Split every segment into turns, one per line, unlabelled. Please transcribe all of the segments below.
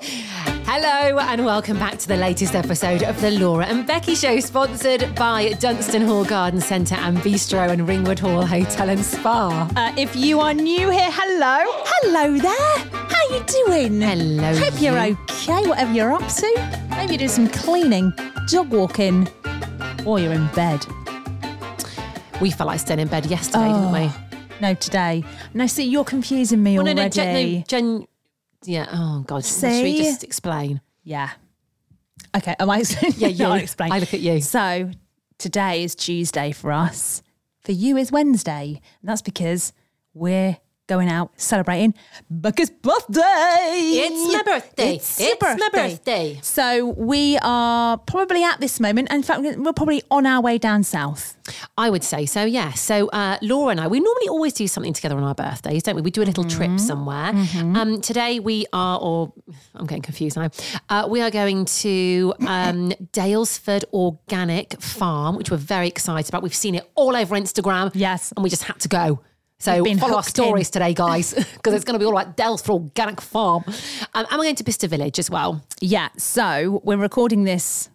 Hello and welcome back to the latest episode of the Laura and Becky Show, sponsored by Dunstan Hall Garden Centre and Bistro and Ringwood Hall Hotel and Spa.
Uh, if you are new here, hello. Hello there. How you doing?
Hello,
Hope you're
you.
okay, whatever you're up to. Maybe do some cleaning, dog walking, or you're in bed.
We felt like staying in bed yesterday, didn't
Oh,
we?
No, today. No, see, you're confusing me
Well, Oh, no,
already.
no, gen, no, gen, yeah. Oh God, should we
See?
just explain?
Yeah. Okay, am I explaining?
Yeah, you.
I'll explain.
I look at you.
So today is Tuesday for us. For you is Wednesday. And that's because we're going out celebrating Becca's birthday.
It's my birthday.
It's, your
It's my
birthday.
birthday.
So we are probably at this moment. In fact, we're probably on our way down south.
I would say so, yeah. So, uh, Laura and I, we normally always do something together on our birthdays, don't we? We do a little
Mm-hmm.
trip somewhere. Um, today we are, or I'm getting confused now, uh, we are going to um, Dalesford Organic Farm, which we're very excited about. We've seen it all over Instagram.
Yes.
And we just had to go. So,
We've been
follow our
hooked
stories today, guys, because it's going to be all about Dalesford Organic Farm. Um, and we're going to Bicester Village as well.
Yeah. So we're recording this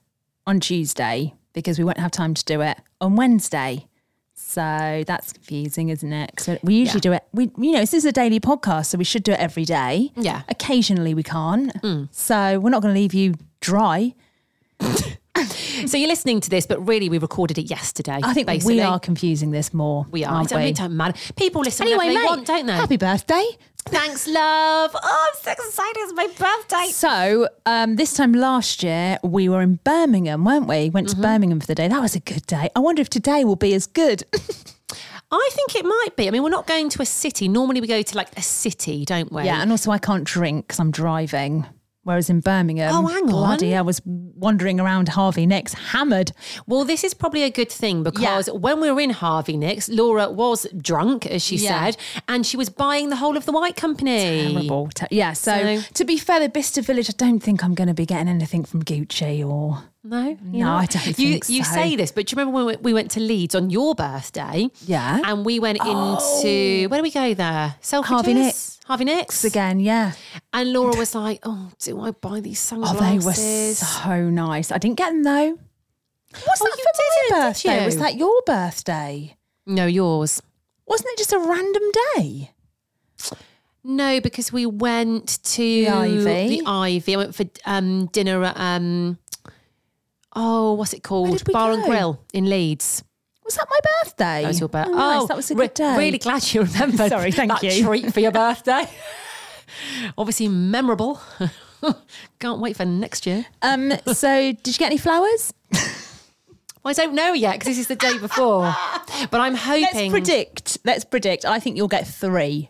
on Tuesday because we won't have time to do it on Wednesday. So that's confusing, isn't it? So we usually do it. We, you know, this is a daily podcast, so we should do it every day.
Yeah.
Occasionally we can't. So we're not going to leave you dry.
So, you're listening to this, but really we recorded it yesterday.
I think
basically.
we are confusing this more.
We are.
aren't
it, don't,
we?
it don't matter. People listen
Anyway,
whenever they
mate,
want, don't they?
Happy birthday.
Thanks, love. Oh, I'm so excited. It's my birthday.
So um, this time last year we were in Birmingham, weren't we? Went to
Mm-hmm.
Birmingham for the day. That was a good day. I wonder if today will be as good.
I think it might be. I mean, we're not going to a city. Normally we go to like a city, don't we?
yeah, and also I can't drink because I'm driving. Whereas in Birmingham,
Oh, hang on.
bloody, I was wandering around Harvey Nicks, hammered.
Well, this is probably a good thing because when we were in Harvey Nicks, Laura was drunk, as she
Yeah.
said, and she was buying the whole of the White Company.
Horrible. Te- Yeah. So,
So-
to be fair, the Bicester Village, I don't think I'm going to be getting anything from Gucci or
No, you're
No,
not.
I don't
You
think
you
so.
say this, but do you remember when we- we went to Leeds on your birthday?
Yeah. Oh.
and we went into where do we go there? Selfridges,
Harvey Nicks.
Harvey Nicks
again. Yeah.
And Laura was like, "Oh, do I buy these
Oh,
sunglasses?"
they were so nice. I didn't get them though. What's
Oh, you
that for my
didn't, did
birthday? Was
you?
that your birthday?
No, yours.
Wasn't it just a random day?
No, because we went to the
Ivy.
The Ivy. I went for um, dinner at um, oh, what's it called?
did we
Bar and
go?
Grill in Leeds.
Was that my birthday?
That was your birthday.
Oh, nice. that was a good day.
Really glad you remembered.
Sorry, thank
that
you.
Treat for your birthday. Obviously memorable. Can't wait for next year.
Um, so did you get any flowers?
Well, I don't know yet because this is the day before. but I'm hoping
Let's predict. Let's predict. I think you'll get three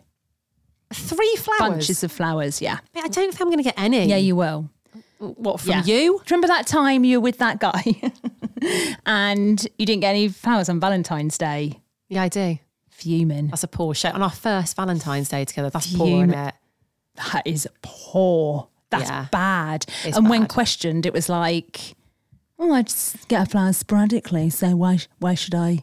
three flowers.
bunches of flowers. Yeah.
I don't think I'm going to get any.
Yeah, you will.
What from
Yeah.
you?
Do you remember that time you were with that guy and you didn't get any flowers on Valentine's Day?
Yeah, I do.
Fuming.
That's a poor show. On our first Valentine's Day together, that's poor,
Fume.
isn't it?
That is poor. That's
Yeah.
bad.
It's
and when
bad.
questioned, it was like, oh, I just get a flower sporadically. So why, sh- why should I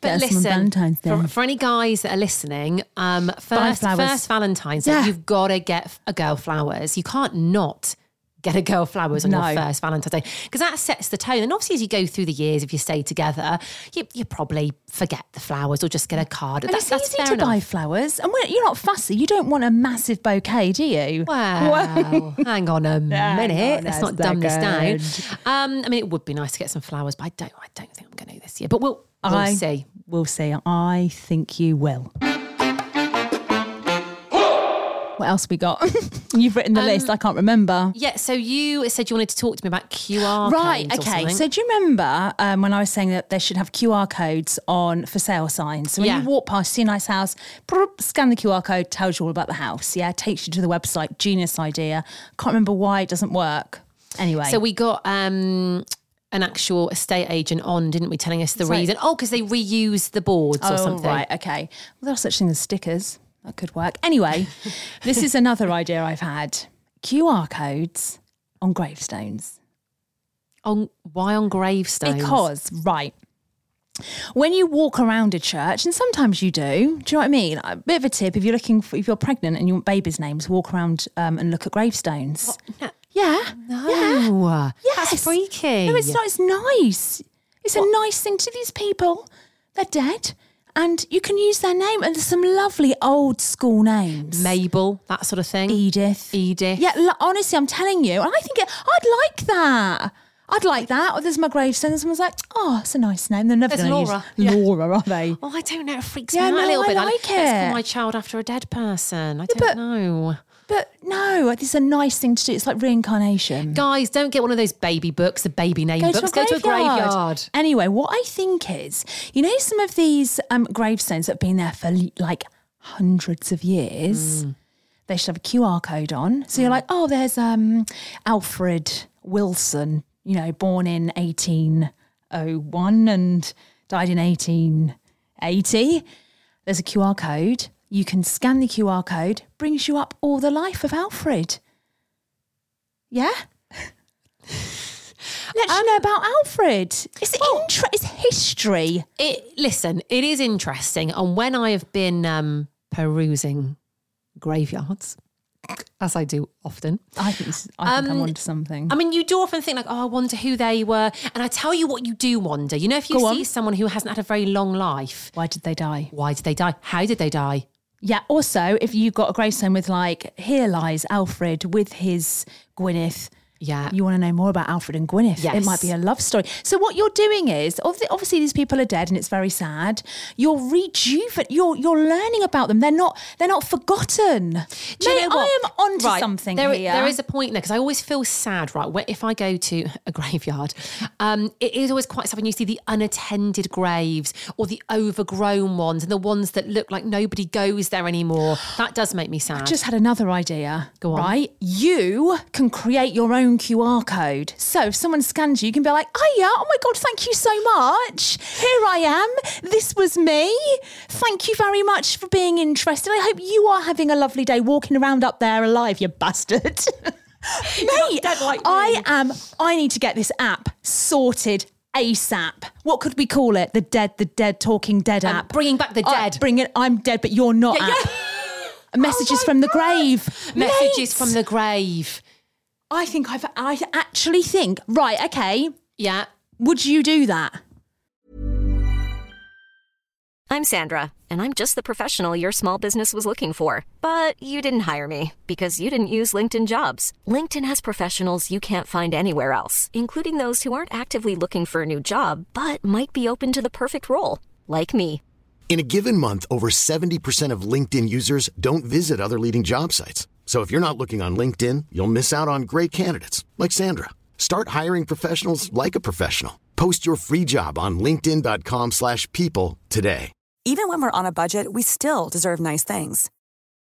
But
get us some on
listen,
Valentine's Day?
for, for any guys that are listening, um, first
flowers.
first Valentine's
Yeah.
Day, you've got to get a girl flowers. You can't not get a girl flowers on your
No.
first Valentine's Day because that sets the tone. And obviously, as you go through the years, if you stay together, you, you probably forget the flowers or just get a card.
and
That-
it's
that's
easy
fair
to
enough.
buy flowers. And when, you're not fussy. You don't want a massive bouquet, do you?
Wow. hang on a minute.
on
Let's
a
not dumb this down. Um, I mean, it would be nice to get some flowers, but I don't. I don't think I'm going to do this year. But we'll we'll
I-
see.
We'll see. I think you will. What else we got? You've written the
Um,
list. I can't remember.
Yeah. So you said you wanted to talk to me about QR.
Right.
codes or
Okay.
something.
So do you remember um, when I was saying that they should have QR codes on for sale signs? So when
Yeah.
you walk past, see a nice house, prop, scan the QR code, tells you all about the house. Yeah, takes you to the website. Genius idea. Can't remember why it doesn't work. Anyway,
So we got um, an actual estate agent on, didn't we, telling us the
like-
reason? oh, because they reuse the boards or something.
Oh, Right, okay. Well, there are such things as stickers. That could work. Anyway, this is another idea I've had QR codes on gravestones.
On why on gravestones?
Because, right, when you walk around a church, and sometimes you do, do you know what I mean? A bit of a tip if you're looking for, if you're pregnant and you want babies' names, walk around um, and look at gravestones.
No,
Yeah.
no. that's
Yes.
freaky.
No, it's not. It's nice. It's a nice thing to these people. They're dead. And you can use their name, and there's some lovely old school names.
Mabel, that sort of
E
thing.
Edith.
Edith.
Yeah, lo- honestly, I'm telling you. And I think it, I'd like that. I'd like that. Or there's my gravestone. And someone's like, oh, it's a nice name. They're never
There's
going to
Laura.
use Laura, are they?
Oh, I don't know. It freaks
Yeah,
me out
no,
a little
I
bit.
like
Let's call
it.
my child after a dead person. I don't know.
But no, it's a nice thing to do. It's like reincarnation.
Guys, don't get one of those baby books, the baby name books. Go to a graveyard.
Anyway, what I think is, you know, some of these um, gravestones that have been there for like hundreds of years,
Mm.
they should have a QR code on. So you're like, oh, there's um, Alfred Wilson, you know, born in 1801 and died in 1880. There's a QR code. You can scan the QR code, brings you up all the life of Alfred. Yeah? Let you know about Alfred. It's intre- it's history.
It listen, it is interesting. And when I have been um, perusing graveyards, as I do often,
I think this, I think
Um,
I'm onto something.
I mean, you do often think like, "Oh, I wonder who they were," and I tell you what, you do wonder. You know, if you
Go
see
on.
someone who hasn't had a very long life,
Why did they die?
why did they die? How did they die?
Yeah. Also, if you've got a gravestone with like here lies Alfred with his Gwyneth.
Yeah,
You want to know more about Alfred and Gwyneth? It
Yes.
might be a love story. So what you're doing is, obvi- obviously, these people are dead, and it's very sad. You're rejuvenating. You're you're learning about them. They're not they're not forgotten.
Do you
Mate,
know what?
I am onto
Right,
something
there-
here.
There is a point there because I always feel sad, right? Where if I go to a graveyard, um, it is always quite sad when you see the unattended graves or the overgrown ones and the ones that look like nobody goes there anymore. That does make me sad.
just had another idea.
Go on.
Right? You can create your own QR code. So if someone scans you, you can be like, oh yeah, oh my God, thank you so much. Here I am. This was me. Thank you very much for being interested. I hope you are having a lovely day walking around up there alive, you bastard. Mate, I am. I need to get this app sorted ASAP. What could we call it? The dead, the dead, talking dead
Um,
app.
bringing back the
I-
dead.
bring it. I'm dead, but you're not.
Yeah,
app.
yeah.
Messages from the grave.
Oh, Messages
Mate,
from the grave.
I think I've. I actually think. Right. Okay.
Yeah.
Would you do that?
I'm Sandra, and I'm just the professional your small business was looking for. But you didn't hire me because you didn't use LinkedIn jobs. LinkedIn has professionals you can't find anywhere else, including those who aren't actively looking for a new job but might be open to the perfect role, like me.
In a given month, over 70% of LinkedIn users don't visit other leading job sites. So if you're not looking on LinkedIn, you'll miss out on great candidates like Sandra. Start hiring professionals like a professional. Post your free job on linkedin.com/people slash people today.
Even when we're on a budget, we still deserve nice things.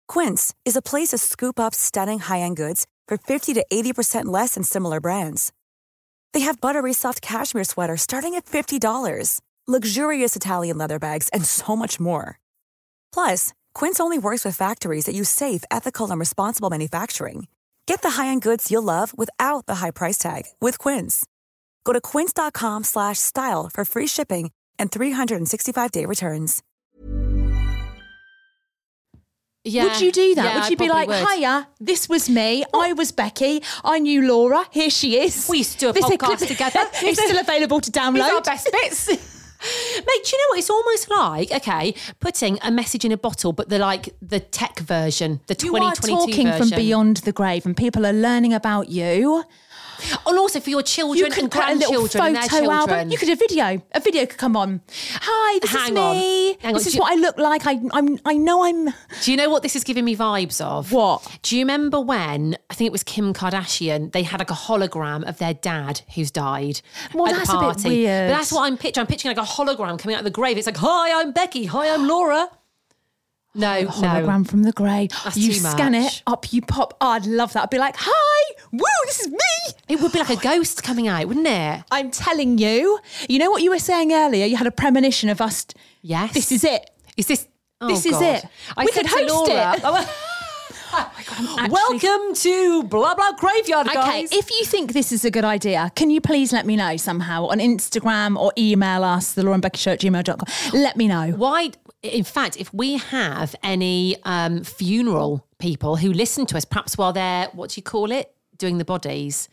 Quince is a place to scoop up stunning high end goods for 50 to 80% less than similar brands. They have buttery soft cashmere sweaters starting at $50, luxurious Italian leather bags, and so much more. Plus, Quince only works with factories that use safe, ethical, and responsible manufacturing. Get the high-end goods you'll love without the high price tag with Quince. Go to quince.com/style slash style for free shipping and 365-day returns.
Yeah.
Would you do that?
Yeah,
would
I
you be
probably
like,
would.
hiya, this was me. I was Becky. I knew Laura. Here she is.
We used to do a
This
podcast
eclipse-
together.
it's still available to
These
download.
are our best bits. Mate, do you know what? It's almost like okay, putting a message in a bottle, but the like the tech version, the
You
twenty
are
twenty two
talking
version.
from beyond the grave, and people are learning about you.
and also for your children
you could
and
put a little
grandchildren and their
photo
children.
album. You could do a video. A video could come on. Hi, this is
Hang on.
me.
Hang on,
this
do
is
you-
what I look like. I, I'm. I know I'm.
Do you know what this is giving me vibes of?
What?
Do you remember when I think it was Kim Kardashian? They had like a hologram of their dad who's died.
Well,
at
that's
the
a bit
party.
weird.
But that's what I'm picturing. I'm picturing like a hologram coming out of the grave. It's like, hi, I'm Becky. Hi, I'm Laura. No,
Hologram
no.
from the grave.
That's
you
too
scan
much.
it up. You pop. Oh, I'd love that. I'd be like, hi. Woo, this is me.
It would be like a ghost coming out, wouldn't it?
I'm telling you. You know what you were saying earlier? You had a premonition of us.
Yes.
This is it.
Is this? Oh,
This is
God.
it.
I
We
said to
could host
Laura,
it. Oh
Welcome to blah blah graveyard,
Okay,
guys.
if you think this is a good idea, can you please let me know somehow on Instagram or email us, the Lauren Becky Show at gmail.com? Let me know.
Why? In fact, if we have any um, funeral people who listen to us, perhaps while they're what do you call it, doing the bodies,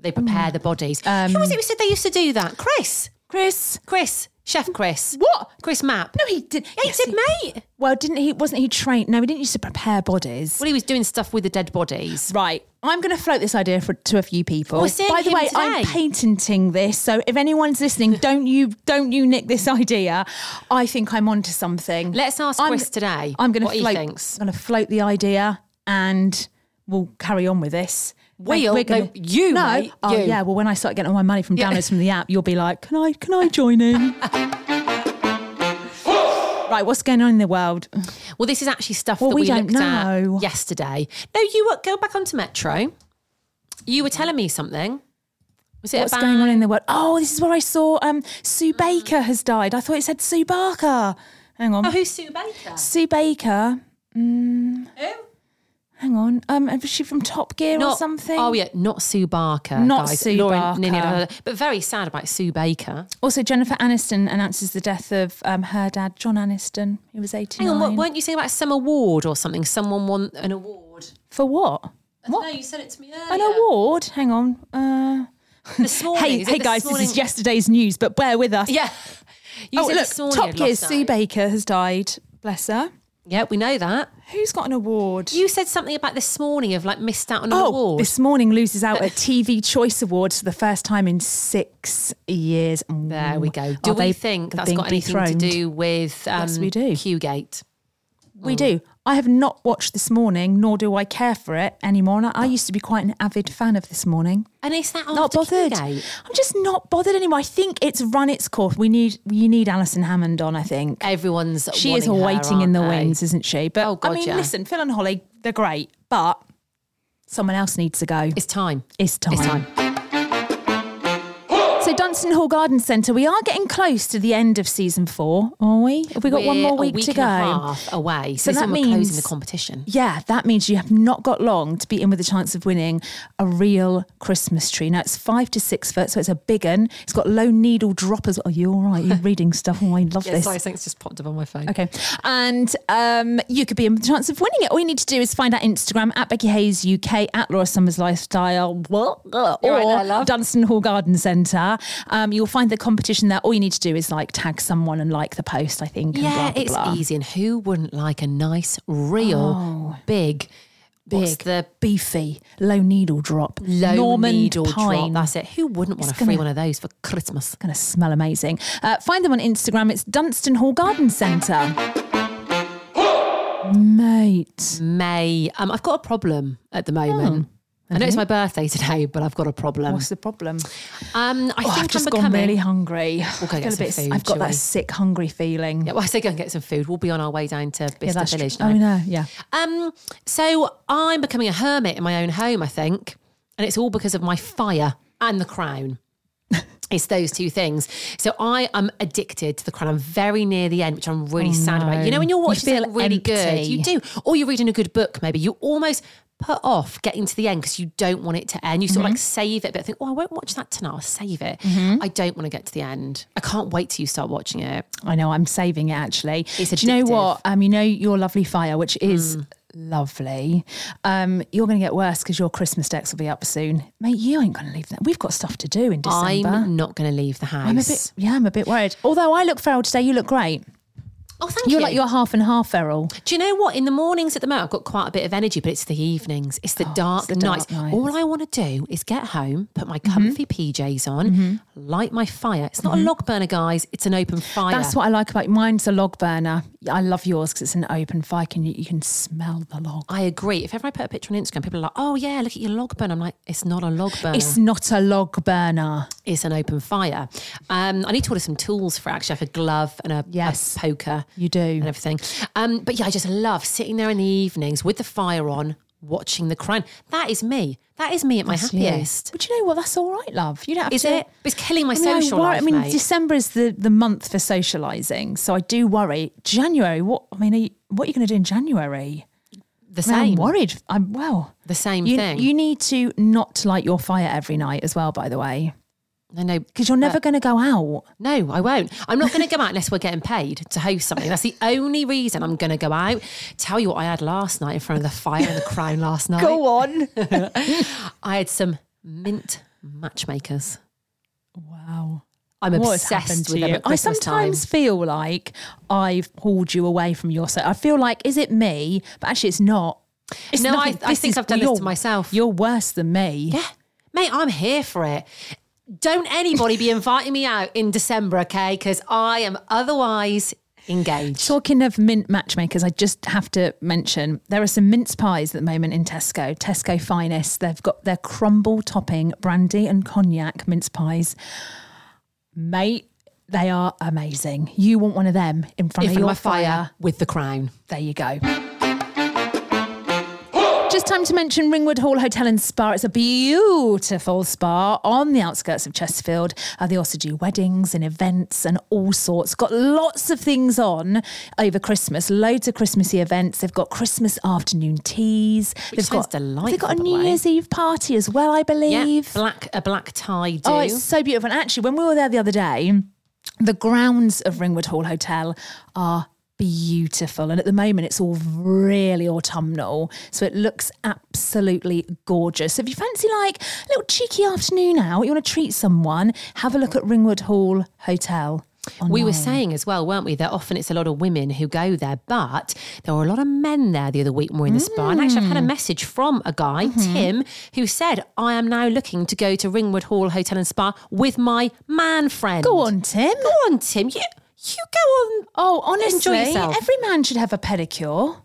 they prepare the bodies. who was it who said they used to do that? Chris,
Um, Chris.
Chris, Chef Chris.
What?
Chris Mapp.
No, he did.
Yeah, he
yes,
did, mate.
Well, didn't he? Wasn't he trained? No, he didn't used to prepare bodies.
Well, he was doing stuff with the dead bodies.
Right. I'm going to float this idea for, to a few people.
We're seeing
By the
him
way, I'm
today.
patenting this, so if anyone's listening, don't you don't you nick this idea. I think I'm onto something.
Let's ask
I'm-
Chris today.
I'm going to
what
float.
he thinks.
I'm going to float the idea, and we'll carry on with this.
We'll?
We're gonna-
No, you,
No.
mate,
oh
you.
yeah. Well, when I start getting all my money from
Yeah.
downloads from the app, you'll be like, "Can I? Can I join in?" right. What's going on in the world?
Well, this is actually stuff
Well,
that we,
we don't
looked at
know.
yesterday. No, you were, go back onto Metro. You were telling me something. Was it
What's
about
going on in the world? Oh, this is where I saw um, Sue
Mm.
Baker has died. I thought it said Sue Barker. Hang on.
Oh, who's Sue Baker?
Sue Baker. Mm, Hang on. Um, was she from Top Gear or
Not-
something?
Oh yeah, not Sue Barker.
Not
guys.
Sue
Lauren
Barker.
Nini- blah, blah, blah. but very sad about Sue Baker.
Also, Jennifer Aniston announces the death of um, her dad, John Aniston. He was 89.
Hang on, what, weren't you saying about some award or something? Someone won an award.
For what?
What? No, you said it to me earlier.
An award? Hang on. Uh,
This morning.
hey,
is it
hey
this
guys, this
morning?
is yesterday's news, but bear with us.
Yeah. You
oh,
said
look,
this morning
Top
I'd
Gear's
lost
Sue
that.
Baker has died. Bless her.
Yeah, we know that.
Who's got an award?
You said something about this morning of like missed out on an
Oh,
award.
this morning loses out at TV Choice Awards for the first time in six years.
There we go.
Are
Do
they
we think that's
being
got anything
dethroned?
to do with um,
Yes, we do.
Qgate?
We do. I have not watched this morning, nor do I care for it anymore. And I, I used to be quite an avid fan of this morning.
And is that
not
after
bothered.
Qgate?
I'm just not bothered anymore. I think it's run its course. We need you need Alison Hammond on. I think
Everyone's
she is
wanting her,
waiting in
aren't
the
they?
wings, isn't she? But
Oh, God,
I mean,
yeah.
listen, Phil and Holly, they're great, but someone else needs to go.
It's time.
It's time.
It's time.
So Dunstan Hall Garden Centre, we are getting close to the end of season four, are we? Have we got one
We're
more week,
a week
to go?
And a half away.
So
So,
that
that means closing
means-
the competition.
Yeah, that means you have not got long to be in with a chance of winning a real Christmas tree. Now it's five to six foot, so it's a big one. It's got low needle droppers. Oh, you're all right. You're reading stuff. Oh, I love this.
it's just popped up on my phone.
Okay. And um, you could be in with a chance of winning it. All you need to do is find out Instagram at Becky Hayes UK, at Laura Summers Lifestyle, blah, blah,
You're right
or
there, love.
Dunstan Hall Garden Centre. Um, you'll find the competition there. All you need to do is like tag someone and like the post, I think. and blah,
Yeah,
blah,
it's
blah.
easy. And who wouldn't like a nice, real,
Oh.
big, big, what's the
Beefy, low needle drop,
low
Norman
needle drop?
pine.
That's it. Who wouldn't want
It's
to free one
gonna-
of those for Christmas?
Going to smell amazing. Uh, find them on Instagram. It's Dunstan Hall Garden Centre. Mate.
May. Um, I've got a problem at the moment. I know it's my birthday today, but I've got a problem.
Oh. What's the problem?
um, I
Oh,
think
I've just
am
gone
becoming,
really hungry.
We'll go get
I feel a
some
bit-
food,
I've got
shall
that
we?
sick, hungry feeling.
Yeah, well, I say go and get some food. We'll be on our way down to Bicester Village.
Oh
now.
no, yeah.
Um, so I'm becoming a hermit in my own home, I think, and it's all because of my fire and the crown. it's those two things. So I am addicted to the crown. I'm very near the end, which I'm really sad about. You know, when you're
Oh, You
watching
feel
something really good,
empty.
you do, or you're reading a good book, maybe you almost put off getting to the end because you don't want it to end. You sort of like
Mm-hmm.
save it, but think, oh, I won't watch that tonight. I'll save it. I don't want to get to the end. I can't wait till you start watching it.
I know. I'm saving it actually.
It's
Do you know
addictive. Mm.
what? Um, you know your lovely fire, which is lovely. Um, you're going to get worse because your Christmas decks will be up soon, mate. You ain't going to leave that. We've got stuff to do in December.
I'm not going to leave the house.
I'm a bit, yeah, I'm a bit worried. Although I look feral today, you look great.
oh, thank
You're
you.
like you're half and half feral.
Do you know what? In the mornings at the moment, I've got quite a bit of energy, but it's the evenings. It's the, dark,
Oh, the
nights.
dark nights. Mm-hmm.
All I want to do is get home, put my comfy PJs on, light my fire. It's not a log burner, guys. It's an open fire.
That's what I like about mine's a log burner. I love yours because it's an open fire, and you, you can smell the log.
I agree. If ever I put a picture on Instagram, people are like, "Oh yeah, look at your log burner." I'm like, "It's not a log burner.
It's
It's,
not a log burner.
an open fire." Um, I need to order some tools for it, actually, like a glove and a, a
Yes.
poker.
You do.
and everything. Um, but yeah, I just love sitting there in the evenings with the fire on, watching the crown. That is me. That is me at my happiest.
But you know what? That's all right, love. You don't have
Is
to.
it? It's killing my
I mean, I
social
worry-
life.
I mean,
mate.
December is the, the month for socialising, so I do worry. January, what? I mean, are you, what are you going to do in January?
the
I mean, I'm
same.
worried. I'm well.
The same
you,
thing.
You need to not light your fire every night as well, by the way,
I know.
because you're never going to go out.
No, I won't. I'm not going to go out unless we're getting paid to host something. That's the only reason I'm going to go out. Tell you what I had last night in front of the fire and the crown last night.
on.
I had some mint matchmakers.
wow.
I'm
What has happened
obsessed
to
with them
you?
at
I
Christmas time.
sometimes feel like I've pulled you away from yourself. I feel like, is it me? But actually, it's not. It's
No, I-
nothing.
I
This
think
is-
I've done this to
you're-
myself.
You're worse than me.
Yeah. Mate, I'm here for it. Don't anybody be inviting me out in December, okay? Because I am otherwise engaged.
Talking of mint matchmakers, I just have to mention there are some mince pies at the moment in Tesco. Tesco Finest. They've got their crumble topping brandy and cognac mince pies. Mate, they are amazing. You want one of them
In
in front of
front of
your
my fire, with the crown.
There you go. Just time to mention Ringwood Hall Hotel and Spa. It's a beautiful spa on the outskirts of Chesterfield. Uh, they also do weddings and events and all sorts. Got lots of things on over Christmas. Loads of Christmassy events. They've got Christmas afternoon teas.
Which
they've
sounds
got They've
delightful,
got a
by the
New
way.
Year's Eve party as well, I
Yeah,
believe.
black a black tie do.
Oh, it's so beautiful. And actually, when we were there the other day, the grounds of Ringwood Hall Hotel are beautiful. And at the moment, it's all really autumnal. So it looks absolutely gorgeous. So if you fancy like a little cheeky afternoon out, you want to treat someone, have a look at Ringwood Hall Hotel.
we were saying as well, weren't we, that often it's a lot of women who go there, but there were a lot of men there the other week when we were in the spa. And actually, I've had
Mm.
a message from a guy,
Mm-hmm.
Tim, who said, I am now looking to go to Ringwood Hall Hotel and Spa with my man friend.
Go on, Tim.
Go on, Tim. You, you go on.
Oh, honestly,
yourself.
every man should have a pedicure.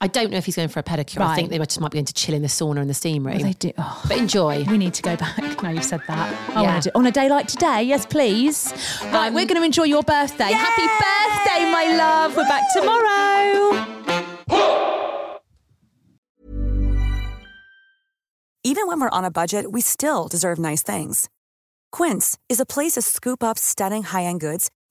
I don't know if he's going for a pedicure. I
Right.
think they might- just might be going to chill in the sauna and the steam room.
They do. oh.
but enjoy.
We need to go back. Now you've said that. I
Yeah. Um,
want to do on a day like today. Yes, please. Right, we're going to enjoy your birthday. Happy birthday, my love. We're back tomorrow.
Even when we're on a budget, we still deserve nice things. Quince is a place to scoop up stunning high end goods